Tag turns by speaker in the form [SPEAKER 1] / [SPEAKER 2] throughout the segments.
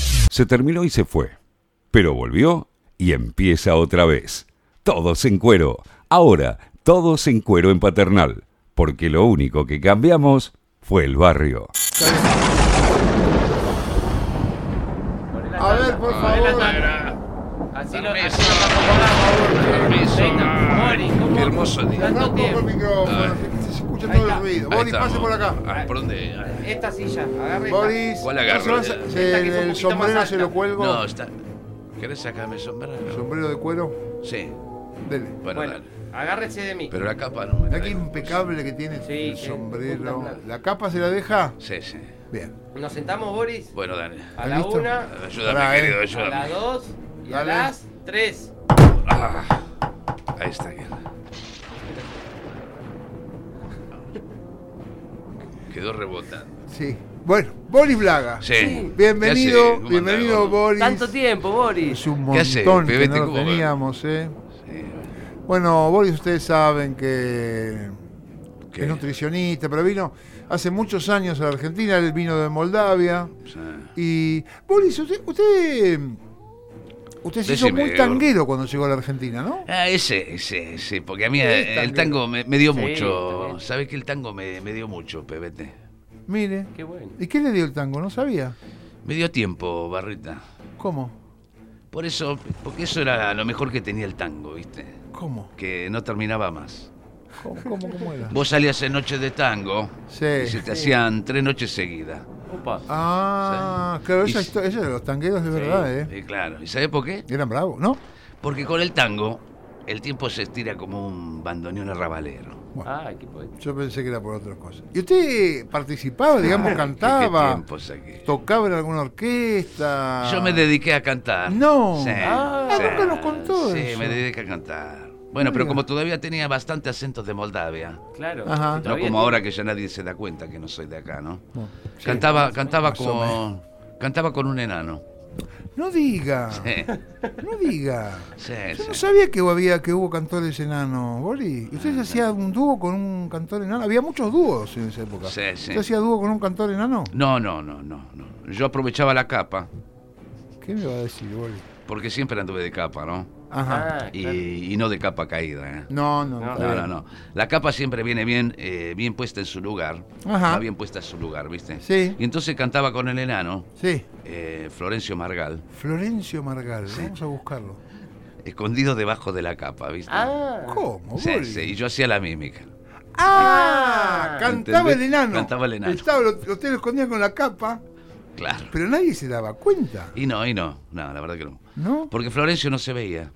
[SPEAKER 1] Se terminó y se fue. Pero volvió y empieza otra vez. Todos en cuero. Ahora, todos en cuero en paternal. Porque lo único que cambiamos fue el barrio.
[SPEAKER 2] A ver,
[SPEAKER 3] Ah,
[SPEAKER 2] por favor.
[SPEAKER 4] Así lo
[SPEAKER 3] Permiso.
[SPEAKER 4] así lo- Venga, Bori, ¿cómo?
[SPEAKER 3] Qué hermoso día.
[SPEAKER 4] Tanto
[SPEAKER 2] Rompo el
[SPEAKER 4] tiempo.
[SPEAKER 2] micrófono, se- se escucha todo el ruido.
[SPEAKER 3] Ah, Ahí
[SPEAKER 2] Boris, pase
[SPEAKER 3] estamos.
[SPEAKER 2] por acá.
[SPEAKER 3] Ah, ¿Por dónde? Ah,
[SPEAKER 4] Esta silla, agarre esta.
[SPEAKER 2] Boris,
[SPEAKER 3] ¿Cuál
[SPEAKER 2] ¿no
[SPEAKER 3] agarro? eh.
[SPEAKER 2] se va a-
[SPEAKER 3] Esta
[SPEAKER 2] se-
[SPEAKER 4] que es un
[SPEAKER 2] el
[SPEAKER 4] poquito más
[SPEAKER 2] sombrero
[SPEAKER 4] alta.
[SPEAKER 2] se lo cuelgo.
[SPEAKER 3] No, está. ¿Querés sacarme sombrero?
[SPEAKER 2] Sombrero de cuero,
[SPEAKER 3] Sí.
[SPEAKER 2] dele.
[SPEAKER 3] Bueno,
[SPEAKER 4] Bueno,
[SPEAKER 3] dale.
[SPEAKER 4] agárrese de mí.
[SPEAKER 3] Pero la capa no me
[SPEAKER 2] Mirá qué
[SPEAKER 3] traigo.
[SPEAKER 2] impecable que tiene
[SPEAKER 4] Sí,
[SPEAKER 2] el
[SPEAKER 4] que-
[SPEAKER 2] sombrero.
[SPEAKER 4] punta blanca.
[SPEAKER 2] ¿La capa se la deja?
[SPEAKER 3] Sí, sí.
[SPEAKER 2] Bien.
[SPEAKER 4] Nos sentamos, Boris.
[SPEAKER 3] Bueno, dale.
[SPEAKER 4] A la
[SPEAKER 2] ¿Listo?
[SPEAKER 4] una,
[SPEAKER 3] Ayúdame,
[SPEAKER 2] Pará, eh.
[SPEAKER 3] querido,
[SPEAKER 4] a la
[SPEAKER 3] ayúdame.
[SPEAKER 4] dos y a
[SPEAKER 2] Dale.
[SPEAKER 4] las tres.
[SPEAKER 3] Ah, ahí está bien. Quedó rebotando.
[SPEAKER 2] Sí. Bueno, Boris Blaga.
[SPEAKER 3] Sí. ¿Qué hace?
[SPEAKER 2] Bienvenido,
[SPEAKER 3] ¿Cómo
[SPEAKER 2] bienvenido
[SPEAKER 3] andás,
[SPEAKER 2] Boris.
[SPEAKER 4] Tanto tiempo, Boris.
[SPEAKER 2] Es un
[SPEAKER 3] ¿Qué hace,
[SPEAKER 2] montón que
[SPEAKER 3] pibete?
[SPEAKER 2] no lo
[SPEAKER 3] ¿Cómo va?
[SPEAKER 2] teníamos, ¿eh?
[SPEAKER 3] Sí.
[SPEAKER 2] Bueno, Boris, ustedes saben que
[SPEAKER 3] ¿Qué?
[SPEAKER 2] es nutricionista, pero vino hace muchos años a la Argentina, él vino de Moldavia.
[SPEAKER 3] O sea,
[SPEAKER 2] Y, Boris, usted, usted, usted se hizo
[SPEAKER 3] Decime, eh,
[SPEAKER 2] muy
[SPEAKER 3] Gordo.
[SPEAKER 2] tanguero cuando llegó a la Argentina, ¿no?
[SPEAKER 3] Ah, ese, ese, ese, porque a mí
[SPEAKER 2] Sí,
[SPEAKER 3] eh, el
[SPEAKER 2] también.
[SPEAKER 3] tango me, me dio
[SPEAKER 4] Sí,
[SPEAKER 3] mucho.
[SPEAKER 4] también.
[SPEAKER 3] ¿Sabes que el tango me, me dio mucho, Pebete?
[SPEAKER 2] Mire.
[SPEAKER 4] Qué bueno.
[SPEAKER 2] ¿Y qué le dio el tango? No sabía.
[SPEAKER 3] Me dio tiempo, Barrita.
[SPEAKER 2] ¿Cómo?
[SPEAKER 3] Por eso, porque eso era lo mejor que tenía el tango, ¿viste?
[SPEAKER 2] ¿Cómo?
[SPEAKER 3] Que no terminaba más.
[SPEAKER 2] ¿Cómo, cómo, cómo era?
[SPEAKER 3] Vos salías en noches de tango y se
[SPEAKER 2] Sí.
[SPEAKER 3] te hacían tres noches seguidas.
[SPEAKER 4] Opa.
[SPEAKER 2] Ah, claro,
[SPEAKER 3] Y
[SPEAKER 2] esa
[SPEAKER 3] si-
[SPEAKER 2] histo- esa de los tangueros de verdad, ¿eh?
[SPEAKER 3] Eh, claro. ¿Y sabés por qué?
[SPEAKER 2] Eran bravos, ¿no?
[SPEAKER 3] Porque con el tango el tiempo se estira como un bandoneón arrabalero.
[SPEAKER 4] Ay, Ah, qué poeta.
[SPEAKER 2] Yo pensé que era por otras cosas. ¿Y usted participaba, digamos,
[SPEAKER 3] ¿Qué, qué
[SPEAKER 2] cantaba?
[SPEAKER 3] tiempos aquellos.
[SPEAKER 2] ¿Tocaba en alguna orquesta?
[SPEAKER 3] Yo me dediqué a cantar.
[SPEAKER 2] No.
[SPEAKER 3] Sí,
[SPEAKER 2] Ah,
[SPEAKER 3] sí,
[SPEAKER 2] nunca nos contó
[SPEAKER 3] Sí,
[SPEAKER 2] eso.
[SPEAKER 3] me dediqué a cantar. Bueno, pero
[SPEAKER 2] Mira.
[SPEAKER 3] como todavía tenía bastante acentos de Moldavia,
[SPEAKER 4] Claro.
[SPEAKER 2] Ajá.
[SPEAKER 4] si
[SPEAKER 3] no
[SPEAKER 4] todavía
[SPEAKER 3] como
[SPEAKER 4] tiene-
[SPEAKER 3] ahora que ya nadie se da cuenta que no soy de acá, ¿no?
[SPEAKER 2] No.
[SPEAKER 3] Cantaba, cantaba
[SPEAKER 2] Más o
[SPEAKER 3] con. Cantaba con un enano.
[SPEAKER 2] No diga,
[SPEAKER 3] Sí,
[SPEAKER 2] no diga.
[SPEAKER 3] sí,
[SPEAKER 2] Ah. Yo no
[SPEAKER 3] sí.
[SPEAKER 2] sabía que había que hubo cantores enanos, Boli. ¿Y
[SPEAKER 3] Ah,
[SPEAKER 2] usted hacía un dúo con un cantor enano? Había muchos dúos en esa época.
[SPEAKER 3] Sí, sí.
[SPEAKER 2] ¿Usted hacía dúo con un cantor enano?
[SPEAKER 3] No, no, no, no, no. Yo aprovechaba la capa,
[SPEAKER 2] ¿Qué me va a decir, Boli?
[SPEAKER 3] porque siempre anduve de capa, ¿no?
[SPEAKER 2] Ajá.
[SPEAKER 4] Ah,
[SPEAKER 3] Y,
[SPEAKER 4] claro.
[SPEAKER 3] y no de capa caída, ¿eh?
[SPEAKER 2] No, no,
[SPEAKER 4] No,
[SPEAKER 2] está
[SPEAKER 3] No,
[SPEAKER 2] Ah,
[SPEAKER 3] no,
[SPEAKER 2] bien.
[SPEAKER 3] no. La capa siempre viene bien, eh, bien puesta en su lugar.
[SPEAKER 2] Ajá.
[SPEAKER 3] Va bien puesta en su lugar, ¿viste?
[SPEAKER 2] Sí.
[SPEAKER 3] Y entonces cantaba con el enano,
[SPEAKER 2] Sí,
[SPEAKER 3] eh, Florencio Margal,
[SPEAKER 2] Florencio Margal, vamos a buscarlo.
[SPEAKER 3] escondido debajo de la capa, ¿viste?
[SPEAKER 4] Ah.
[SPEAKER 2] ¿Cómo,
[SPEAKER 3] sí,
[SPEAKER 2] Boli?
[SPEAKER 3] sí, y yo hacía la mímica.
[SPEAKER 2] Ah,
[SPEAKER 4] Ah,
[SPEAKER 2] cantaba el
[SPEAKER 3] ¿entendés?
[SPEAKER 2] enano.
[SPEAKER 3] Cantaba el enano.
[SPEAKER 2] Estaba, lo- usted lo escondía con la capa,
[SPEAKER 3] Claro.
[SPEAKER 2] pero nadie se daba cuenta,
[SPEAKER 3] Y no, y no. No, la verdad que no.
[SPEAKER 2] ¿no?
[SPEAKER 3] Porque Florencio no se veía,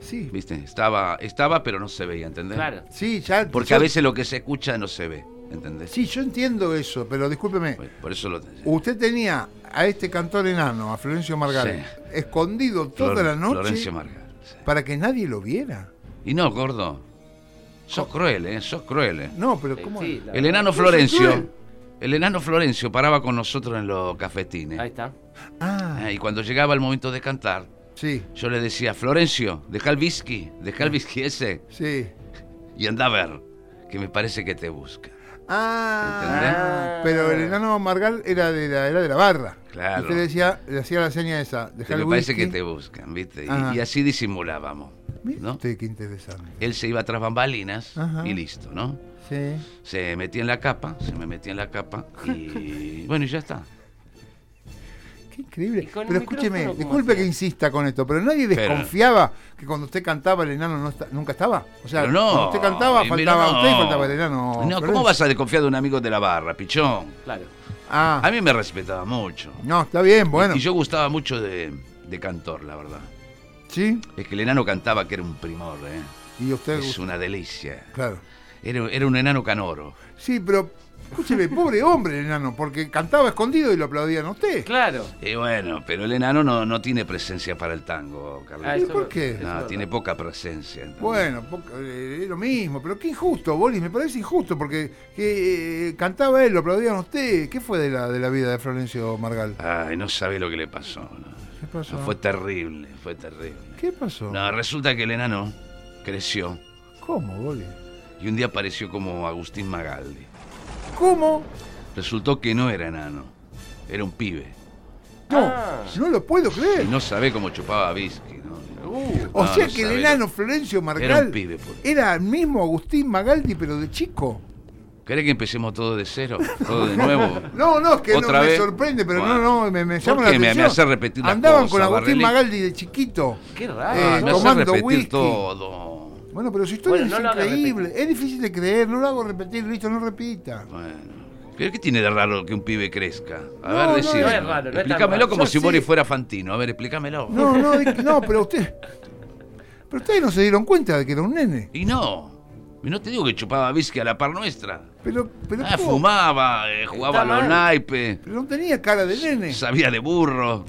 [SPEAKER 2] Sí,
[SPEAKER 3] ¿viste? Estaba, estaba pero no se veía, ¿entendés?
[SPEAKER 4] Claro.
[SPEAKER 2] sí, ya.
[SPEAKER 3] Porque
[SPEAKER 2] yo-
[SPEAKER 3] a veces lo que se escucha no se ve, ¿entendés?
[SPEAKER 2] Sí, yo entiendo eso, pero discúlpeme.
[SPEAKER 3] Por- Por eso lo...
[SPEAKER 2] Usted tenía a este cantor enano, a Florencio Margal,
[SPEAKER 3] Sí.
[SPEAKER 2] escondido toda
[SPEAKER 3] Flor-
[SPEAKER 2] la noche
[SPEAKER 3] Florencio Margal. sí.
[SPEAKER 2] para que nadie lo viera.
[SPEAKER 3] Y no, gordo. Sos cruel, ¿eh? Sos cruel, ¿eh?
[SPEAKER 2] No, pero
[SPEAKER 4] Sí,
[SPEAKER 2] ¿cómo?
[SPEAKER 4] sí, la-
[SPEAKER 3] El enano
[SPEAKER 2] Eso es
[SPEAKER 3] Florencio.
[SPEAKER 2] cruel.
[SPEAKER 3] El enano Florencio paraba con nosotros en los cafetines.
[SPEAKER 4] Ahí está.
[SPEAKER 2] Ah,
[SPEAKER 3] Ah, y cuando llegaba el momento de cantar,
[SPEAKER 2] sí,
[SPEAKER 3] yo le decía, Florencio, deja el whisky, deja el whisky ese
[SPEAKER 2] sí.
[SPEAKER 3] y anda a ver, que me parece que te busca.
[SPEAKER 2] Ah,
[SPEAKER 4] ¿Entendés?
[SPEAKER 2] pero el enano Margal era de la, era de la barra.
[SPEAKER 3] Claro.
[SPEAKER 2] Usted le decía, le hacía la seña esa,
[SPEAKER 3] Que
[SPEAKER 2] dejar
[SPEAKER 3] me
[SPEAKER 2] el
[SPEAKER 3] parece
[SPEAKER 2] whisky.
[SPEAKER 3] que te buscan, ¿viste? Y-
[SPEAKER 2] Ajá.
[SPEAKER 3] Y, así disimulábamos,
[SPEAKER 2] Mire
[SPEAKER 3] ¿no?
[SPEAKER 2] usted qué interesante.
[SPEAKER 3] Él se iba tras bambalinas
[SPEAKER 2] Ajá.
[SPEAKER 3] y listo, ¿no?
[SPEAKER 2] Sí.
[SPEAKER 3] Se metía en la capa, se me metía en la capa y bueno, y ya está.
[SPEAKER 2] Qué increíble.
[SPEAKER 4] ¿Y con el
[SPEAKER 2] Pero escúcheme,
[SPEAKER 4] micrófono cómo
[SPEAKER 2] disculpe
[SPEAKER 4] hacía?
[SPEAKER 2] que insista con esto, pero nadie
[SPEAKER 3] Pero-
[SPEAKER 2] desconfiaba que cuando usted cantaba el enano no esta- nunca estaba. O sea,
[SPEAKER 3] Pero no.
[SPEAKER 2] cuando usted cantaba,
[SPEAKER 3] y
[SPEAKER 2] faltaba
[SPEAKER 3] mira, no.
[SPEAKER 2] usted y faltaba el enano.
[SPEAKER 3] No, ¿cómo
[SPEAKER 2] Florencio.
[SPEAKER 3] vas a desconfiar de un amigo de la barra, pichón?
[SPEAKER 4] Claro.
[SPEAKER 2] Ah,
[SPEAKER 3] A mí me respetaba mucho.
[SPEAKER 2] no, está bien, bueno.
[SPEAKER 3] Y yo gustaba mucho de, de cantor, la verdad.
[SPEAKER 2] Sí,
[SPEAKER 3] Es que el enano cantaba que era un primor, ¿eh?
[SPEAKER 2] y usted.
[SPEAKER 3] Es una delicia.
[SPEAKER 2] Claro.
[SPEAKER 3] Era, era un enano canoro.
[SPEAKER 2] Sí, pero escúcheme, pobre hombre el enano, porque cantaba escondido y lo aplaudían a usted.
[SPEAKER 4] Claro.
[SPEAKER 3] Y bueno, pero el enano no, no tiene presencia para el tango,
[SPEAKER 4] Ah,
[SPEAKER 3] Carlos.
[SPEAKER 4] eso-
[SPEAKER 2] por qué?
[SPEAKER 4] eso es
[SPEAKER 3] No,
[SPEAKER 4] verdad.
[SPEAKER 3] tiene poca presencia. ¿entendés?
[SPEAKER 2] Bueno, po- eh, es lo mismo, pero qué injusto, Boris, me parece injusto, porque que, eh, cantaba él, lo aplaudían a usted. ¿Qué fue de la, de la vida de Florencio Margal?
[SPEAKER 3] Ay, no sabe lo que le pasó. ¿no?
[SPEAKER 2] ¿Qué pasó?
[SPEAKER 3] No, Ah, fue terrible, fue terrible.
[SPEAKER 2] ¿Qué pasó?
[SPEAKER 3] No, resulta que el enano creció
[SPEAKER 2] ¿Cómo, Boris?
[SPEAKER 3] y un día apareció como Agustín Magaldi.
[SPEAKER 2] ¿Cómo?
[SPEAKER 3] Resultó que no era enano, era un pibe.
[SPEAKER 2] No,
[SPEAKER 4] Ah.
[SPEAKER 2] no lo puedo
[SPEAKER 3] Y
[SPEAKER 2] creer.
[SPEAKER 3] no sabe cómo chupaba whisky, ¿no?
[SPEAKER 4] Uh,
[SPEAKER 2] o
[SPEAKER 3] no,
[SPEAKER 2] sea
[SPEAKER 3] no
[SPEAKER 2] que el
[SPEAKER 3] sabe.
[SPEAKER 2] enano Florencio Marcal
[SPEAKER 3] Era un pibe, pues.
[SPEAKER 2] era el mismo Agustín Magaldi, pero de chico.
[SPEAKER 3] ¿Querés que empecemos todo de cero? ¿Todo de nuevo?
[SPEAKER 2] No, no, es que
[SPEAKER 3] ¿Otra
[SPEAKER 2] no me
[SPEAKER 3] vez?
[SPEAKER 2] sorprende, pero
[SPEAKER 3] Bueno.
[SPEAKER 2] no, no, me, me
[SPEAKER 3] ¿Por
[SPEAKER 2] llama la
[SPEAKER 3] qué me- me
[SPEAKER 2] atención.
[SPEAKER 3] hace repetir las
[SPEAKER 2] Andaban con
[SPEAKER 3] cosas,
[SPEAKER 2] Agustín
[SPEAKER 3] Barrelí?
[SPEAKER 2] Magaldi de chiquito.
[SPEAKER 4] qué
[SPEAKER 2] Eh,
[SPEAKER 3] Ah,
[SPEAKER 4] raro.
[SPEAKER 3] me hace
[SPEAKER 2] tomando
[SPEAKER 3] repetir
[SPEAKER 2] whisky.
[SPEAKER 3] todo.
[SPEAKER 2] Bueno, pero su historia
[SPEAKER 4] Bueno, no lo
[SPEAKER 2] es
[SPEAKER 4] haga
[SPEAKER 2] increíble.
[SPEAKER 4] repetir.
[SPEAKER 2] Es difícil de creer, no lo hago repetir, listo, no repita.
[SPEAKER 3] Bueno. ¿Pero qué tiene de raro que un pibe crezca? A
[SPEAKER 2] No,
[SPEAKER 3] ver,
[SPEAKER 2] no,
[SPEAKER 3] decime.
[SPEAKER 2] no es
[SPEAKER 3] ¿no?
[SPEAKER 4] raro, no es tan
[SPEAKER 3] explícamelo
[SPEAKER 4] raro.
[SPEAKER 3] como
[SPEAKER 2] Yo
[SPEAKER 3] si Boris
[SPEAKER 2] sí.
[SPEAKER 3] fuera Fantino. A ver, explícamelo.
[SPEAKER 2] No, no, de- no, pero usted. Pero ustedes no se dieron cuenta de que era un nene.
[SPEAKER 3] Y no. Y no te digo que chupaba whisky a la par nuestra.
[SPEAKER 2] Pero, pero,
[SPEAKER 3] Ah,
[SPEAKER 2] ¿cómo?
[SPEAKER 3] fumaba, eh, jugaba a
[SPEAKER 4] Está
[SPEAKER 3] los
[SPEAKER 4] mal.
[SPEAKER 3] naipes,
[SPEAKER 2] Pero no tenía cara de nene.
[SPEAKER 3] sabía de burro,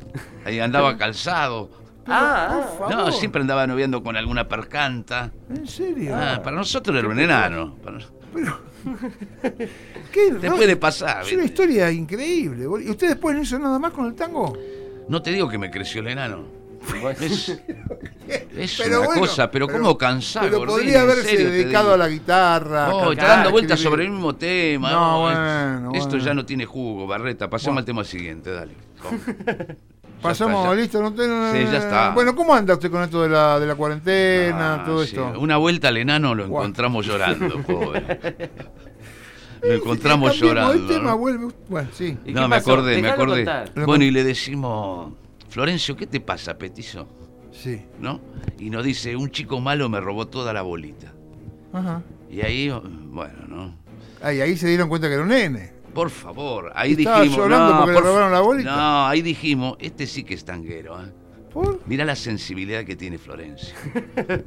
[SPEAKER 3] ahí andaba calzado.
[SPEAKER 4] Ah,
[SPEAKER 2] Por
[SPEAKER 4] ah,
[SPEAKER 2] favor.
[SPEAKER 3] No, siempre andaba noviando con alguna percanta.
[SPEAKER 2] En serio.
[SPEAKER 3] Ah, para nosotros era un enano. Para nos-
[SPEAKER 2] ¿Qué
[SPEAKER 3] Te
[SPEAKER 2] raro.
[SPEAKER 3] puede pasar.
[SPEAKER 2] Es una
[SPEAKER 3] ¿viste?
[SPEAKER 2] historia increíble. bol- ¿Y usted después no hizo nada más con el tango?
[SPEAKER 3] No te digo que me creció el enano. Es, es
[SPEAKER 2] Pero
[SPEAKER 3] una
[SPEAKER 2] bueno,
[SPEAKER 3] cosa, pero,
[SPEAKER 2] pero-
[SPEAKER 3] cómo cansado.
[SPEAKER 2] Pero
[SPEAKER 3] Gordini,
[SPEAKER 2] podría
[SPEAKER 3] en
[SPEAKER 2] haberse
[SPEAKER 3] serio te
[SPEAKER 2] dedicado
[SPEAKER 3] digo.
[SPEAKER 2] a la guitarra.
[SPEAKER 3] Oh,
[SPEAKER 2] cantar,
[SPEAKER 3] está dando vueltas
[SPEAKER 2] escribir.
[SPEAKER 3] sobre el mismo tema.
[SPEAKER 2] No,
[SPEAKER 3] Oh,
[SPEAKER 2] bueno,
[SPEAKER 3] Esto
[SPEAKER 2] bueno.
[SPEAKER 3] ya no tiene jugo, Barreta. Pasemos al tema siguiente, dale.
[SPEAKER 2] Pasamos,
[SPEAKER 3] Ya está, ya-
[SPEAKER 2] listo, no tengo.
[SPEAKER 3] Sí, ya está.
[SPEAKER 2] Bueno, ¿cómo anda usted con esto de la, de la cuarentena,
[SPEAKER 3] Ah,
[SPEAKER 2] todo
[SPEAKER 3] sí.
[SPEAKER 2] esto?
[SPEAKER 3] Una vuelta al enano lo
[SPEAKER 2] Guau.
[SPEAKER 3] encontramos llorando, pobre. Lo encontramos
[SPEAKER 2] Cambiemos
[SPEAKER 3] llorando.
[SPEAKER 2] El tema
[SPEAKER 3] ¿no?
[SPEAKER 2] vuelve. Bueno, sí.
[SPEAKER 4] ¿Y
[SPEAKER 3] No,
[SPEAKER 4] qué
[SPEAKER 3] me
[SPEAKER 4] pasó?
[SPEAKER 3] acordé, me
[SPEAKER 4] Dejalo
[SPEAKER 3] acordé.
[SPEAKER 4] contar.
[SPEAKER 2] Lo
[SPEAKER 3] Bueno,
[SPEAKER 2] con-
[SPEAKER 3] y le decimos, Florencio, ¿qué te pasa, petizo?
[SPEAKER 2] Sí.
[SPEAKER 3] ¿No? Y nos dice, un chico malo me robó toda la bolita.
[SPEAKER 2] Ajá.
[SPEAKER 3] Y ahí, bueno, ¿no?
[SPEAKER 2] Ahí, ahí se dieron cuenta que era un nene.
[SPEAKER 3] Por favor, ahí
[SPEAKER 2] Estaba
[SPEAKER 3] dijimos.
[SPEAKER 2] llorando
[SPEAKER 3] no,
[SPEAKER 2] porque le
[SPEAKER 3] por fa-
[SPEAKER 2] robaron la bolita.
[SPEAKER 3] No, ahí dijimos, este sí que es tanguero, ¿eh?
[SPEAKER 2] ¿Por?
[SPEAKER 3] Mira la sensibilidad que tiene Florencia.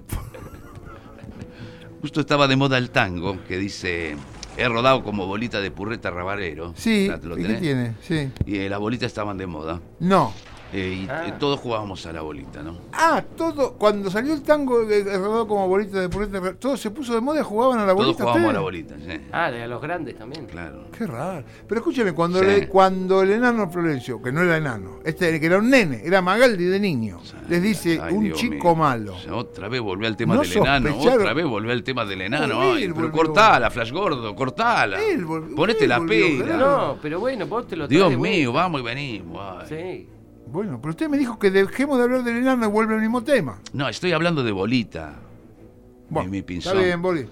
[SPEAKER 3] Justo estaba de moda el tango que dice, he rodado como bolita de purreta rabarero.
[SPEAKER 2] Sí.
[SPEAKER 3] ¿La- ¿Lo
[SPEAKER 2] ¿Y qué
[SPEAKER 3] tenés?
[SPEAKER 2] tiene? Sí.
[SPEAKER 3] Y eh, las bolitas estaban de moda.
[SPEAKER 2] No.
[SPEAKER 3] eh, y
[SPEAKER 4] Ah.
[SPEAKER 3] eh, todos jugábamos a la bolita, ¿no?
[SPEAKER 2] Ah, todo. Cuando salió el tango eh, eh, rodado como bolita de pureta, todo se puso de moda y jugaban a la
[SPEAKER 3] Todos
[SPEAKER 2] bolita.
[SPEAKER 3] jugábamos a
[SPEAKER 2] ustedes.
[SPEAKER 3] la bolita, sí.
[SPEAKER 4] Ah, de los grandes también.
[SPEAKER 3] Claro.
[SPEAKER 2] Qué raro. Pero escúcheme, cuando,
[SPEAKER 3] Sí.
[SPEAKER 2] le- cuando el enano Florencio, que no era enano, este que era un nene, era Magaldi de niño, les dice
[SPEAKER 3] Ay,
[SPEAKER 2] un
[SPEAKER 3] Dios
[SPEAKER 2] chico
[SPEAKER 3] mío.
[SPEAKER 2] malo.
[SPEAKER 3] O sea, otra vez volvió al tema
[SPEAKER 2] No
[SPEAKER 3] del enano,
[SPEAKER 2] sospecharon.
[SPEAKER 3] otra vez volvió al tema del enano.
[SPEAKER 2] Él
[SPEAKER 3] ay, pero
[SPEAKER 2] volvió.
[SPEAKER 3] cortala, Flash Gordo, cortala.
[SPEAKER 2] Él volvió,
[SPEAKER 3] Ponete
[SPEAKER 2] él
[SPEAKER 3] la
[SPEAKER 2] volvió,
[SPEAKER 3] pila.
[SPEAKER 2] claro.
[SPEAKER 4] No, pero bueno, vos te lo traes
[SPEAKER 3] Dios
[SPEAKER 4] de vuelta.
[SPEAKER 3] mío, vamos y venimos. ay.
[SPEAKER 4] Sí.
[SPEAKER 2] Bueno, pero usted me dijo que dejemos de hablar del enano y vuelve al mismo tema.
[SPEAKER 3] No, estoy hablando de bolita.
[SPEAKER 2] Bueno,
[SPEAKER 3] mi
[SPEAKER 2] está
[SPEAKER 3] pinzón.
[SPEAKER 2] bien, Boli.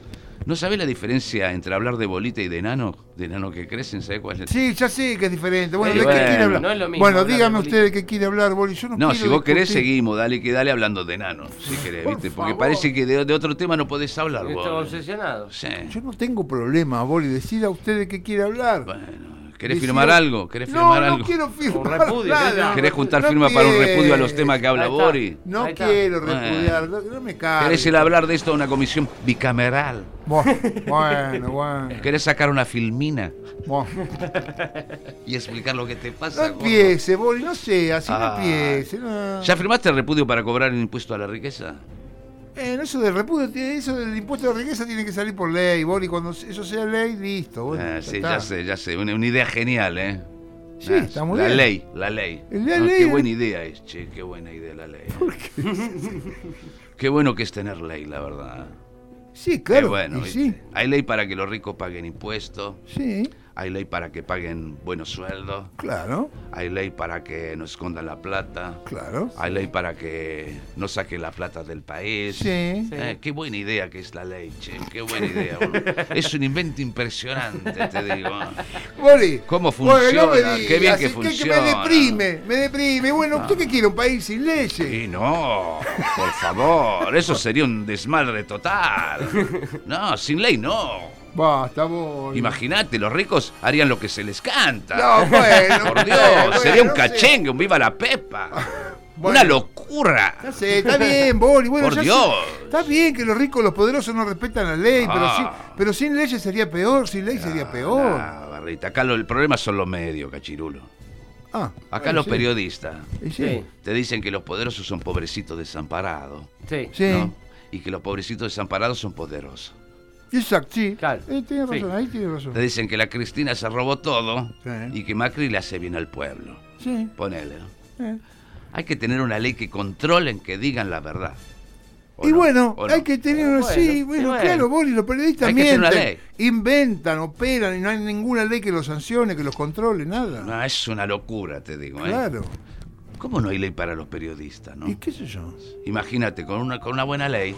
[SPEAKER 3] ¿No sabés la diferencia entre hablar de bolita y de enano? De enano que crecen, ¿sabés cuál es?
[SPEAKER 2] Sí, ya sé que es diferente. Bueno,
[SPEAKER 3] Sí,
[SPEAKER 2] ¿de qué
[SPEAKER 3] bueno,
[SPEAKER 2] quiere hablar?
[SPEAKER 4] no es lo mismo
[SPEAKER 2] bueno,
[SPEAKER 4] hablar de
[SPEAKER 2] dígame
[SPEAKER 4] Boli.
[SPEAKER 2] usted de qué quiere hablar, Boli. Yo no,
[SPEAKER 3] No,
[SPEAKER 2] quiero
[SPEAKER 3] si vos querés
[SPEAKER 2] discutir.
[SPEAKER 3] seguimos, dale que dale hablando de enano, si querés,
[SPEAKER 2] Por
[SPEAKER 3] ¿viste? Porque
[SPEAKER 2] favor.
[SPEAKER 3] parece que de, de otro tema no podés hablar
[SPEAKER 4] Estaba
[SPEAKER 3] vos.
[SPEAKER 4] obsesionado.
[SPEAKER 3] Sí.
[SPEAKER 2] Yo no tengo problema, Boli. Decida usted de qué quiere hablar.
[SPEAKER 3] Bueno, ¿querés
[SPEAKER 2] Decida-
[SPEAKER 3] firmar algo? ¿Querés
[SPEAKER 2] no,
[SPEAKER 3] firmar
[SPEAKER 2] no
[SPEAKER 3] algo?
[SPEAKER 2] quiero firmar
[SPEAKER 4] repudio,
[SPEAKER 2] nada.
[SPEAKER 4] ¿querés?
[SPEAKER 3] ¿Querés juntar
[SPEAKER 2] Ah, No
[SPEAKER 3] firma para un repudio a los
[SPEAKER 2] quiero.
[SPEAKER 3] temas que habla
[SPEAKER 4] Ahí está.
[SPEAKER 3] Bori?
[SPEAKER 2] No
[SPEAKER 4] Ahí está.
[SPEAKER 2] quiero
[SPEAKER 3] Bueno.
[SPEAKER 2] repudiar, no, no me cabe.
[SPEAKER 3] ¿Querés el hablar de esto a una comisión bicameral?
[SPEAKER 2] Bueno, bueno, bueno.
[SPEAKER 3] ¿Querés sacar una filmina
[SPEAKER 2] bueno.
[SPEAKER 3] y explicar lo que te
[SPEAKER 2] No
[SPEAKER 3] pasa? gordo?
[SPEAKER 2] empiece, Boli, no sé, así
[SPEAKER 3] Ah.
[SPEAKER 2] no empiece. No.
[SPEAKER 3] ¿Ya firmaste el repudio para cobrar el impuesto a la riqueza?
[SPEAKER 2] Eh, no, eso del repudio, tiene- eso del impuesto de riqueza tiene que salir por ley, Boli. Cuando eso sea ley, listo. Bueno,
[SPEAKER 3] Ah,
[SPEAKER 2] ya
[SPEAKER 3] sí,
[SPEAKER 2] está.
[SPEAKER 3] ya sé, ya sé. Una, una idea genial, ¿eh?
[SPEAKER 2] Sí,
[SPEAKER 3] Ah,
[SPEAKER 2] está muy
[SPEAKER 3] la
[SPEAKER 2] bien.
[SPEAKER 3] ley, la ley.
[SPEAKER 2] La
[SPEAKER 3] Ah,
[SPEAKER 2] ley
[SPEAKER 3] Qué
[SPEAKER 2] es-
[SPEAKER 3] buena idea es, che, qué buena idea la ley. qué? bueno que es tener ley, la verdad.
[SPEAKER 2] Sí,
[SPEAKER 3] Qué
[SPEAKER 2] claro.
[SPEAKER 3] Eh, bueno,
[SPEAKER 2] y
[SPEAKER 3] ¿viste?
[SPEAKER 2] sí,
[SPEAKER 3] Hay ley para que los ricos paguen impuestos,
[SPEAKER 2] sí,
[SPEAKER 3] hay ley para que paguen buenos sueldos,
[SPEAKER 2] claro,
[SPEAKER 3] hay ley para que no escondan la plata,
[SPEAKER 2] claro.
[SPEAKER 3] hay ley para que no saquen la plata del país.
[SPEAKER 2] Sí.
[SPEAKER 3] Eh, qué buena idea que es la ley, che, qué buena idea. boludo. es un invento impresionante, te digo.
[SPEAKER 2] Boli.
[SPEAKER 3] ¿Cómo
[SPEAKER 2] Boli, no me
[SPEAKER 3] funciona?
[SPEAKER 2] digas,
[SPEAKER 3] Qué bien
[SPEAKER 2] es
[SPEAKER 3] que
[SPEAKER 2] me
[SPEAKER 3] funciona. Ah.
[SPEAKER 2] deprime, me deprime. Bueno, ¿usted qué quiere? ¿Un país sin leyes?
[SPEAKER 3] Y no, por favor, eso sería un desmadre total. No, sin ley no.
[SPEAKER 2] Basta, Boli.
[SPEAKER 3] Imagínate, los ricos harían lo que se les canta.
[SPEAKER 2] No, bueno.
[SPEAKER 3] Por
[SPEAKER 2] bueno,
[SPEAKER 3] Dios, sería un
[SPEAKER 2] no sé.
[SPEAKER 3] cachengue, un viva la pepa.
[SPEAKER 2] Bueno.
[SPEAKER 3] Una locura.
[SPEAKER 2] Ya sé, está bien, Boli. Bueno,
[SPEAKER 3] Por
[SPEAKER 2] ya sé.
[SPEAKER 3] Dios.
[SPEAKER 2] está bien que los ricos, los poderosos no respetan la ley, pero,
[SPEAKER 3] Ah.
[SPEAKER 2] sí- pero sin leyes sería peor, sin ley sería peor.
[SPEAKER 3] Ah, barrita, acá lo- el problema son los medios, cachirulo.
[SPEAKER 2] Ah,
[SPEAKER 3] Acá
[SPEAKER 2] bueno,
[SPEAKER 3] los
[SPEAKER 2] sí.
[SPEAKER 3] periodistas
[SPEAKER 2] Y Sí.
[SPEAKER 4] Sí.
[SPEAKER 3] te dicen que los poderosos son pobrecitos desamparados,
[SPEAKER 4] Sí.
[SPEAKER 2] Sí.
[SPEAKER 3] ¿no? Y que los pobrecitos desamparados son poderosos.
[SPEAKER 2] Exacto, sí.
[SPEAKER 4] Claro.
[SPEAKER 2] Eh, tiene razón,
[SPEAKER 4] Sí.
[SPEAKER 2] ahí tiene razón.
[SPEAKER 3] Te dicen que la Cristina se robó todo
[SPEAKER 2] Sí.
[SPEAKER 3] y que Macri le hace bien al pueblo.
[SPEAKER 2] Sí.
[SPEAKER 3] Ponele. ¿no?
[SPEAKER 2] eh.
[SPEAKER 3] Hay que tener una ley que controlen que digan la verdad. ¿O
[SPEAKER 2] Y
[SPEAKER 3] no?
[SPEAKER 2] bueno,
[SPEAKER 3] ¿O no?
[SPEAKER 2] hay que tener
[SPEAKER 4] Bueno,
[SPEAKER 2] sí,
[SPEAKER 4] y
[SPEAKER 2] bueno,
[SPEAKER 4] bueno.
[SPEAKER 2] claro, Boli, los periodistas
[SPEAKER 3] Hay que tener una
[SPEAKER 2] mienten,
[SPEAKER 3] ley.
[SPEAKER 2] inventan, operan y no hay ninguna ley que los sancione, que los controle, nada.
[SPEAKER 3] No, es una locura, te digo. ¿eh?
[SPEAKER 2] Claro.
[SPEAKER 3] ¿Cómo no hay ley para los periodistas, no?
[SPEAKER 2] ¿Y qué sé yo?
[SPEAKER 3] Imagínate, con una, con una buena ley,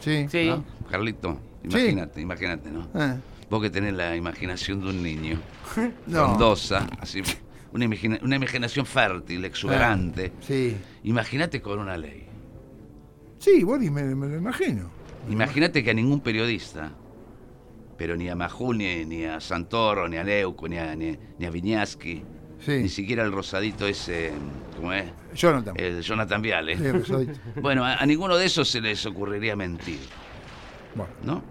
[SPEAKER 2] Sí.
[SPEAKER 4] Sí.
[SPEAKER 3] ¿no? Carlito, imagínate, imagínate, ¿no?
[SPEAKER 2] Eh,
[SPEAKER 3] Vos que tenés la imaginación de un niño,
[SPEAKER 2] no.
[SPEAKER 3] frondosa, así, una, imagina- una imaginación fértil, exuberante.
[SPEAKER 2] Sí.
[SPEAKER 3] Imagínate con una ley.
[SPEAKER 2] Sí, Boris, me, me lo imagino.
[SPEAKER 3] Imagínate que a ningún periodista, pero ni a Majune, ni a Santoro, ni a Leuco, ni a, ni, ni a Viñaski, ni
[SPEAKER 2] Sí.
[SPEAKER 3] siquiera el rosadito ese, ¿cómo es?
[SPEAKER 2] Jonathan.
[SPEAKER 3] El Jonathan Viale.
[SPEAKER 2] Sí, pues, rosadito.
[SPEAKER 3] Bueno, a, a ninguno de esos se les ocurriría mentir,
[SPEAKER 2] Bueno.
[SPEAKER 3] ¿no?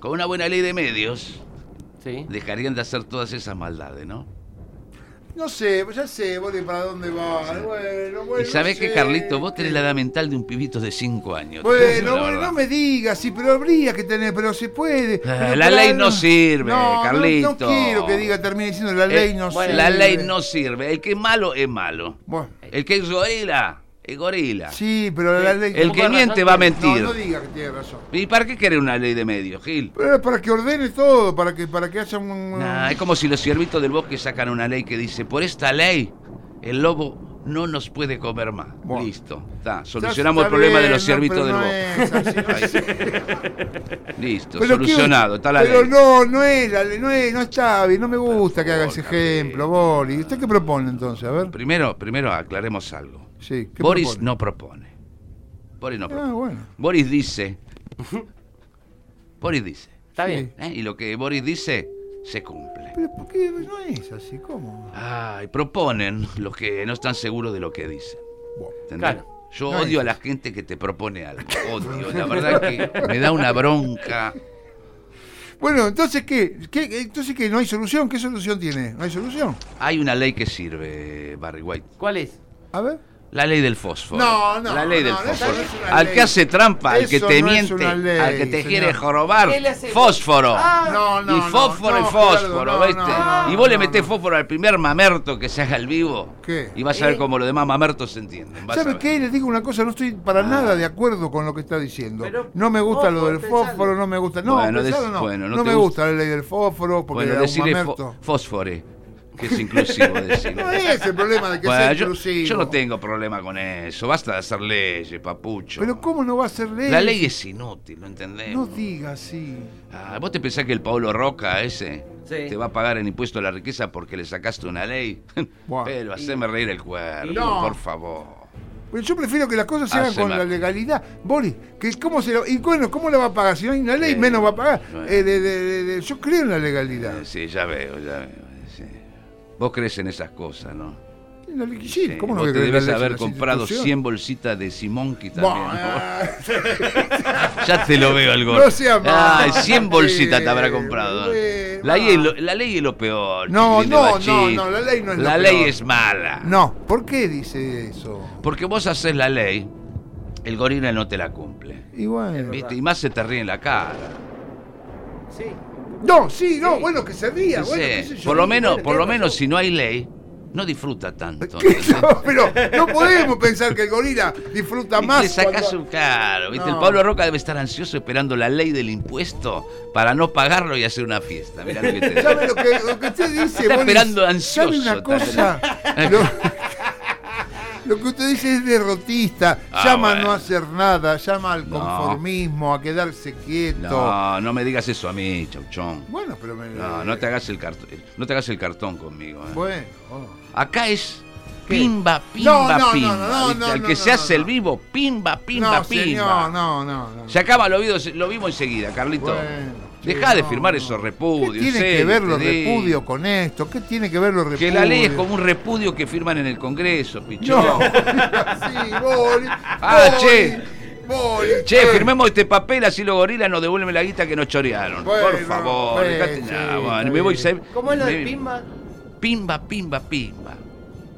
[SPEAKER 3] Con una buena ley de medios,
[SPEAKER 4] Sí.
[SPEAKER 3] dejarían de hacer todas esas maldades, ¿no?
[SPEAKER 2] No sé, pues ya sé, Boris, para dónde va. Bueno, bueno.
[SPEAKER 3] y sabés
[SPEAKER 2] no sé.
[SPEAKER 3] que,
[SPEAKER 2] este,
[SPEAKER 3] Carlito, vos tenés la edad mental de un pibito de 5 años. te digo la
[SPEAKER 2] Bueno, bueno,
[SPEAKER 3] verdad. Ah,
[SPEAKER 2] no me digas, sí, pero habría que tener, pero se puede. Pero
[SPEAKER 3] la
[SPEAKER 2] para
[SPEAKER 3] ley
[SPEAKER 2] algo-
[SPEAKER 3] no sirve,
[SPEAKER 2] no, no, No,
[SPEAKER 3] Carlito.
[SPEAKER 2] quiero que diga, termine diciendo la
[SPEAKER 3] Eh,
[SPEAKER 2] ley no
[SPEAKER 3] bueno,
[SPEAKER 2] sirve.
[SPEAKER 3] La ley no sirve. El que es malo es malo.
[SPEAKER 2] Bueno,
[SPEAKER 3] El que es gorila es gorila.
[SPEAKER 2] sí, pero la ley.
[SPEAKER 3] El que
[SPEAKER 4] Con razón
[SPEAKER 3] miente va a
[SPEAKER 4] tiene.
[SPEAKER 2] No,
[SPEAKER 3] mentir.
[SPEAKER 2] no diga que tiene razón.
[SPEAKER 3] ¿Y para qué querer una ley de medio, Gil?
[SPEAKER 2] Pero es para que ordene todo, para que, para que haya un.
[SPEAKER 3] Nah, es como si los ciervitos del bosque sacan una ley que dice, por esta ley, el lobo no nos puede comer más.
[SPEAKER 2] Bueno.
[SPEAKER 3] Listo. Está,
[SPEAKER 2] Ya
[SPEAKER 3] solucionamos el
[SPEAKER 2] está
[SPEAKER 3] problema de
[SPEAKER 2] bien,
[SPEAKER 3] los
[SPEAKER 2] no,
[SPEAKER 3] ciervitos
[SPEAKER 2] pero
[SPEAKER 3] del
[SPEAKER 2] no
[SPEAKER 3] bosque.
[SPEAKER 2] es así, no es-
[SPEAKER 3] Listo,
[SPEAKER 2] Pero qué-
[SPEAKER 3] solucionado. Está la
[SPEAKER 2] pero
[SPEAKER 3] ley.
[SPEAKER 2] no, no es, la ley, no es, no está bien, no me gusta que haga ese
[SPEAKER 3] favor, Carlito.
[SPEAKER 2] ejemplo, Boris. ¿Usted qué propone entonces? A ver.
[SPEAKER 3] Primero, primero aclaremos algo.
[SPEAKER 2] Sí, ¿qué
[SPEAKER 3] Boris
[SPEAKER 2] propone?
[SPEAKER 3] no propone. Boris no propone.
[SPEAKER 2] Ah, bueno.
[SPEAKER 3] Boris dice. Boris dice.
[SPEAKER 4] Está
[SPEAKER 2] Sí.
[SPEAKER 4] bien.
[SPEAKER 3] ¿eh? Y lo que Boris dice se cumple.
[SPEAKER 2] Pero ¿por qué Pues no es así? ¿Cómo?
[SPEAKER 3] Ay, proponen los que no están seguros de lo que dicen.
[SPEAKER 2] Bueno.
[SPEAKER 3] ¿entendés?
[SPEAKER 4] Claro.
[SPEAKER 3] Yo
[SPEAKER 2] No
[SPEAKER 3] odio
[SPEAKER 2] es.
[SPEAKER 3] a la gente que te propone algo. Odio. La verdad que me da una bronca.
[SPEAKER 2] Bueno, entonces ¿qué? ¿Qué- Entonces ¿qué? ¿No hay solución? ¿Qué solución tiene? ¿No hay solución?
[SPEAKER 3] Hay una ley que sirve, Barry White.
[SPEAKER 4] ¿Cuál es?
[SPEAKER 2] A ver.
[SPEAKER 3] La ley del fósforo.
[SPEAKER 2] No, no,
[SPEAKER 3] La ley del
[SPEAKER 2] no, eso
[SPEAKER 3] fósforo.
[SPEAKER 2] no es una
[SPEAKER 3] al
[SPEAKER 2] ley.
[SPEAKER 3] que hace trampa, al que
[SPEAKER 2] Eso
[SPEAKER 3] te
[SPEAKER 2] no es
[SPEAKER 3] miente,
[SPEAKER 2] una ley,
[SPEAKER 3] al que te quiere
[SPEAKER 2] señor.
[SPEAKER 3] jorobar.
[SPEAKER 4] Él hace-
[SPEAKER 3] Fósforo.
[SPEAKER 4] Ah,
[SPEAKER 2] No, no.
[SPEAKER 3] y
[SPEAKER 2] no,
[SPEAKER 3] fósforo
[SPEAKER 2] no,
[SPEAKER 3] y fósforo,
[SPEAKER 2] Gerardo, no,
[SPEAKER 3] ¿viste?
[SPEAKER 2] no,
[SPEAKER 3] y vos le
[SPEAKER 2] no,
[SPEAKER 3] metés
[SPEAKER 2] no.
[SPEAKER 3] fósforo al primer mamerto que se haga el vivo.
[SPEAKER 2] ¿Qué?
[SPEAKER 3] Y vas a ver
[SPEAKER 4] Eh.
[SPEAKER 3] cómo los demás mamertos se entienden. vas a
[SPEAKER 2] ¿Sabe
[SPEAKER 3] ver. Ah.
[SPEAKER 2] qué? Les digo una cosa, no estoy para nada de acuerdo con lo que está diciendo.
[SPEAKER 4] Pero,
[SPEAKER 2] no me gusta
[SPEAKER 4] ojo,
[SPEAKER 2] lo del
[SPEAKER 4] pensalo.
[SPEAKER 2] fósforo, no me gusta. No,
[SPEAKER 3] Bueno,
[SPEAKER 2] pensalo
[SPEAKER 3] dec-
[SPEAKER 2] no.
[SPEAKER 3] bueno, no
[SPEAKER 2] no
[SPEAKER 3] te
[SPEAKER 2] me
[SPEAKER 3] gusta.
[SPEAKER 2] gusta la ley del fósforo porque
[SPEAKER 3] Bueno,
[SPEAKER 2] era un
[SPEAKER 3] decirle
[SPEAKER 2] mamerto.
[SPEAKER 3] fósfore, que es inclusivo decirle.
[SPEAKER 2] No es el problema de que
[SPEAKER 3] Bueno,
[SPEAKER 2] sea
[SPEAKER 3] yo,
[SPEAKER 2] inclusivo.
[SPEAKER 3] yo no tengo problema con eso. Basta de hacer leyes, papucho.
[SPEAKER 2] Pero ¿cómo no va a ser ley?
[SPEAKER 3] La ley es inútil, ¿lo entendés?
[SPEAKER 2] No diga así.
[SPEAKER 3] Ah, ¿Vos te pensás que el Paolo Roca ese
[SPEAKER 4] Sí.
[SPEAKER 3] te va a pagar el impuesto a la riqueza porque le sacaste una ley?
[SPEAKER 2] Buah.
[SPEAKER 3] Pero haceme reír el cuerpo,
[SPEAKER 2] No.
[SPEAKER 3] por favor.
[SPEAKER 2] Pero Pues yo prefiero que las cosas se hagan
[SPEAKER 3] Haceme-
[SPEAKER 2] con la legalidad. Boris, que cómo se lo, y bueno, ¿cómo la va a pagar? Si no hay una ley,
[SPEAKER 3] Eh,
[SPEAKER 2] menos va a pagar.
[SPEAKER 3] bueno.
[SPEAKER 2] Eh, de- de- de- de- yo creo en la legalidad.
[SPEAKER 3] Eh, Sí, ya veo, ya veo. sí. Vos crees en esas cosas, ¿no?
[SPEAKER 2] En la ley- sí,
[SPEAKER 3] Sí,
[SPEAKER 2] ¿cómo no
[SPEAKER 3] Vos
[SPEAKER 2] voy a
[SPEAKER 3] te
[SPEAKER 2] creer en la
[SPEAKER 3] debes
[SPEAKER 2] ley,
[SPEAKER 3] haber
[SPEAKER 2] las
[SPEAKER 3] comprado
[SPEAKER 2] instituciones?
[SPEAKER 3] 100 bolsitas de Simonki también.
[SPEAKER 2] Bueno,
[SPEAKER 3] ¿no?
[SPEAKER 2] ah,
[SPEAKER 3] Ya te lo veo el
[SPEAKER 2] No sea malo.
[SPEAKER 3] Ay, 100 bolsitas te habrá comprado.
[SPEAKER 2] Eh,
[SPEAKER 3] La,
[SPEAKER 2] bueno.
[SPEAKER 3] ley es lo- la ley es lo peor.
[SPEAKER 2] No,
[SPEAKER 3] chiquilín de
[SPEAKER 2] no,
[SPEAKER 3] bachín.
[SPEAKER 2] no, no, la ley no es
[SPEAKER 3] La
[SPEAKER 2] lo
[SPEAKER 3] ley
[SPEAKER 2] peor.
[SPEAKER 3] es mala.
[SPEAKER 2] No, ¿por qué dice eso?
[SPEAKER 3] Porque vos haces la ley, el gorila no te la cumple.
[SPEAKER 2] Igual.
[SPEAKER 3] ¿Viste? Y más se te ríe en la cara.
[SPEAKER 4] Sí.
[SPEAKER 2] No, sí, no,
[SPEAKER 4] Sí.
[SPEAKER 2] bueno, que se ría.
[SPEAKER 3] Sí,
[SPEAKER 2] bueno,
[SPEAKER 3] sí.
[SPEAKER 2] qué sé yo.
[SPEAKER 3] por lo menos,
[SPEAKER 4] bueno,
[SPEAKER 3] por lo
[SPEAKER 4] tenés
[SPEAKER 3] menos
[SPEAKER 4] razón.
[SPEAKER 3] si no hay ley, no disfruta tanto.
[SPEAKER 2] ¿Qué? No, pero no podemos pensar que el gorila disfruta
[SPEAKER 3] Y
[SPEAKER 2] más.
[SPEAKER 3] te sacás
[SPEAKER 2] cuando-
[SPEAKER 3] un caro, ¿viste?
[SPEAKER 2] No.
[SPEAKER 3] El Pablo Roca debe estar ansioso esperando la ley del impuesto para no pagarlo y hacer una fiesta. Mirá lo que te digo.
[SPEAKER 2] ¿Sabe lo que, lo que usted dice?
[SPEAKER 3] Está
[SPEAKER 2] Boris?
[SPEAKER 3] esperando ansioso
[SPEAKER 2] ¿Sabe una
[SPEAKER 3] también?
[SPEAKER 2] cosa? Lo, lo que usted dice es derrotista.
[SPEAKER 3] Ah,
[SPEAKER 2] llama a
[SPEAKER 3] bueno.
[SPEAKER 2] no hacer nada, llama al
[SPEAKER 3] No.
[SPEAKER 2] conformismo, a quedarse quieto.
[SPEAKER 3] No, no me digas eso a mí, chauchón.
[SPEAKER 2] Bueno, pero me-
[SPEAKER 3] No, no te hagas el cartón, no te hagas el cartón conmigo. ¿eh?
[SPEAKER 2] Bueno. oh.
[SPEAKER 3] Acá es
[SPEAKER 2] ¿Qué?
[SPEAKER 3] pimba, pimba,
[SPEAKER 2] No, no, no,
[SPEAKER 3] pimba.
[SPEAKER 2] no,
[SPEAKER 3] ¿viste?
[SPEAKER 2] no,
[SPEAKER 3] Al
[SPEAKER 2] no,
[SPEAKER 3] que
[SPEAKER 2] no,
[SPEAKER 3] se
[SPEAKER 2] no,
[SPEAKER 3] hace el
[SPEAKER 2] no.
[SPEAKER 3] vivo, pimba, pimba,
[SPEAKER 2] no,
[SPEAKER 3] pimba.
[SPEAKER 2] señor, no, no, no.
[SPEAKER 3] Se acaba lo vivo, lo vivo enseguida, Carlito.
[SPEAKER 2] Bueno,
[SPEAKER 3] Deja
[SPEAKER 2] sí,
[SPEAKER 3] de
[SPEAKER 2] no,
[SPEAKER 3] firmar
[SPEAKER 2] no.
[SPEAKER 3] esos repudios.
[SPEAKER 2] ¿Qué tiene
[SPEAKER 3] en
[SPEAKER 2] que
[SPEAKER 3] serio,
[SPEAKER 2] ver
[SPEAKER 3] te
[SPEAKER 2] los
[SPEAKER 3] digo.
[SPEAKER 2] repudios con esto? ¿Qué tiene que ver los repudios?
[SPEAKER 3] Que la ley es como un repudio que firman en el Congreso, pichón.
[SPEAKER 2] No, sí, Boris.
[SPEAKER 3] Ah,
[SPEAKER 2] Boris,
[SPEAKER 3] che.
[SPEAKER 2] Boris.
[SPEAKER 3] Che,
[SPEAKER 2] eh.
[SPEAKER 3] firmemos este papel, así los gorilas nos devuelven la guita que nos chorearon.
[SPEAKER 2] Bueno,
[SPEAKER 3] Por favor,
[SPEAKER 2] bueno,
[SPEAKER 3] dejate-
[SPEAKER 2] sí,
[SPEAKER 3] nah, bueno,
[SPEAKER 2] está
[SPEAKER 3] me voy.
[SPEAKER 2] bien.
[SPEAKER 3] ¿sabes?
[SPEAKER 4] ¿Cómo es lo
[SPEAKER 3] Me-
[SPEAKER 4] del Pimba?
[SPEAKER 3] Pimba, pimba, pimba.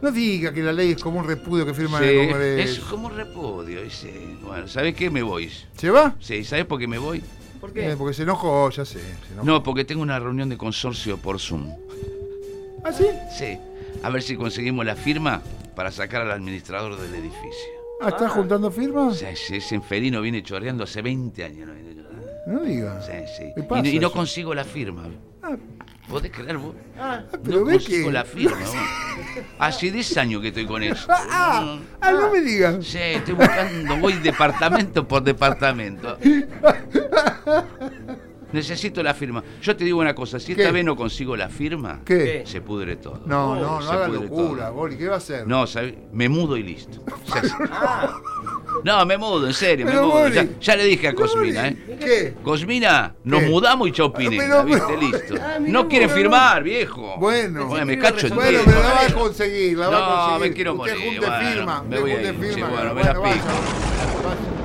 [SPEAKER 2] No diga que la ley es como un repudio que firman
[SPEAKER 3] Sí,
[SPEAKER 2] en el Congreso.
[SPEAKER 3] es como un repudio. ese. Bueno, ¿sabes qué? Me voy.
[SPEAKER 2] ¿Se va?
[SPEAKER 3] Sí, ¿sabes por qué me voy?
[SPEAKER 4] ¿Por
[SPEAKER 2] Eh,
[SPEAKER 4] qué?
[SPEAKER 2] porque se enojó, ya sé. Se enojó.
[SPEAKER 3] No, porque tengo una reunión de consorcio por Zoom.
[SPEAKER 2] ¿Ah, sí?
[SPEAKER 3] Sí, a ver si conseguimos la firma para sacar al administrador del edificio.
[SPEAKER 2] Ah, ¿estás juntando firmas?
[SPEAKER 3] Sí, sí, ese enferino viene choreando hace 20 años. no viene choreando.
[SPEAKER 2] No diga.
[SPEAKER 3] Sí, sí.
[SPEAKER 2] ¿Qué
[SPEAKER 3] Y
[SPEAKER 2] pasa
[SPEAKER 3] no- Y, no
[SPEAKER 2] eso?
[SPEAKER 3] consigo la firma.
[SPEAKER 2] Ah,
[SPEAKER 3] ¿Podés creer vos?
[SPEAKER 2] Ah, pero
[SPEAKER 3] No
[SPEAKER 2] ves que.
[SPEAKER 3] consigo la firma, vos. Hace 10 años que estoy con eso.
[SPEAKER 2] Ah, ah, ah, no me digas.
[SPEAKER 3] Sí, estoy buscando, voy departamento por departamento. Necesito la firma. Yo te digo una cosa, si
[SPEAKER 2] ¿Qué?
[SPEAKER 3] esta vez no consigo la firma,
[SPEAKER 2] ¿Qué?
[SPEAKER 3] se pudre todo.
[SPEAKER 2] No, no, no
[SPEAKER 3] Se
[SPEAKER 2] haga
[SPEAKER 3] pudre
[SPEAKER 2] locura,
[SPEAKER 3] todo.
[SPEAKER 2] Boli, ¿qué va a hacer?
[SPEAKER 3] No, ¿sabés? me mudo y listo. Ya sé. No, me mudo, en serio, me
[SPEAKER 2] Pero,
[SPEAKER 3] mudo.
[SPEAKER 2] Boli.
[SPEAKER 3] Ya, ya le dije a
[SPEAKER 2] No, Boli,
[SPEAKER 3] Cosmina, ¿eh?
[SPEAKER 2] ¿Qué?
[SPEAKER 3] Cosmina, nos
[SPEAKER 2] ¿Qué?
[SPEAKER 3] mudamos y chao
[SPEAKER 2] Pero,
[SPEAKER 3] Pineda,
[SPEAKER 2] pero-
[SPEAKER 3] ¿viste? Listo.
[SPEAKER 2] Ah, mirá
[SPEAKER 3] No quiere
[SPEAKER 2] vos.
[SPEAKER 3] firmar, viejo.
[SPEAKER 2] Bueno.
[SPEAKER 3] Bueno, me cacho
[SPEAKER 2] Bueno,
[SPEAKER 3] entero.
[SPEAKER 2] pero la va a conseguir, la va a
[SPEAKER 3] No,
[SPEAKER 2] conseguir.
[SPEAKER 3] me quiero
[SPEAKER 2] Usted
[SPEAKER 3] morir,
[SPEAKER 2] junte
[SPEAKER 3] bueno,
[SPEAKER 2] firma,
[SPEAKER 3] me
[SPEAKER 2] usted
[SPEAKER 3] voy a
[SPEAKER 2] junte
[SPEAKER 3] ir, sí,
[SPEAKER 2] firma.
[SPEAKER 3] bueno, me la
[SPEAKER 2] vaya, vaya.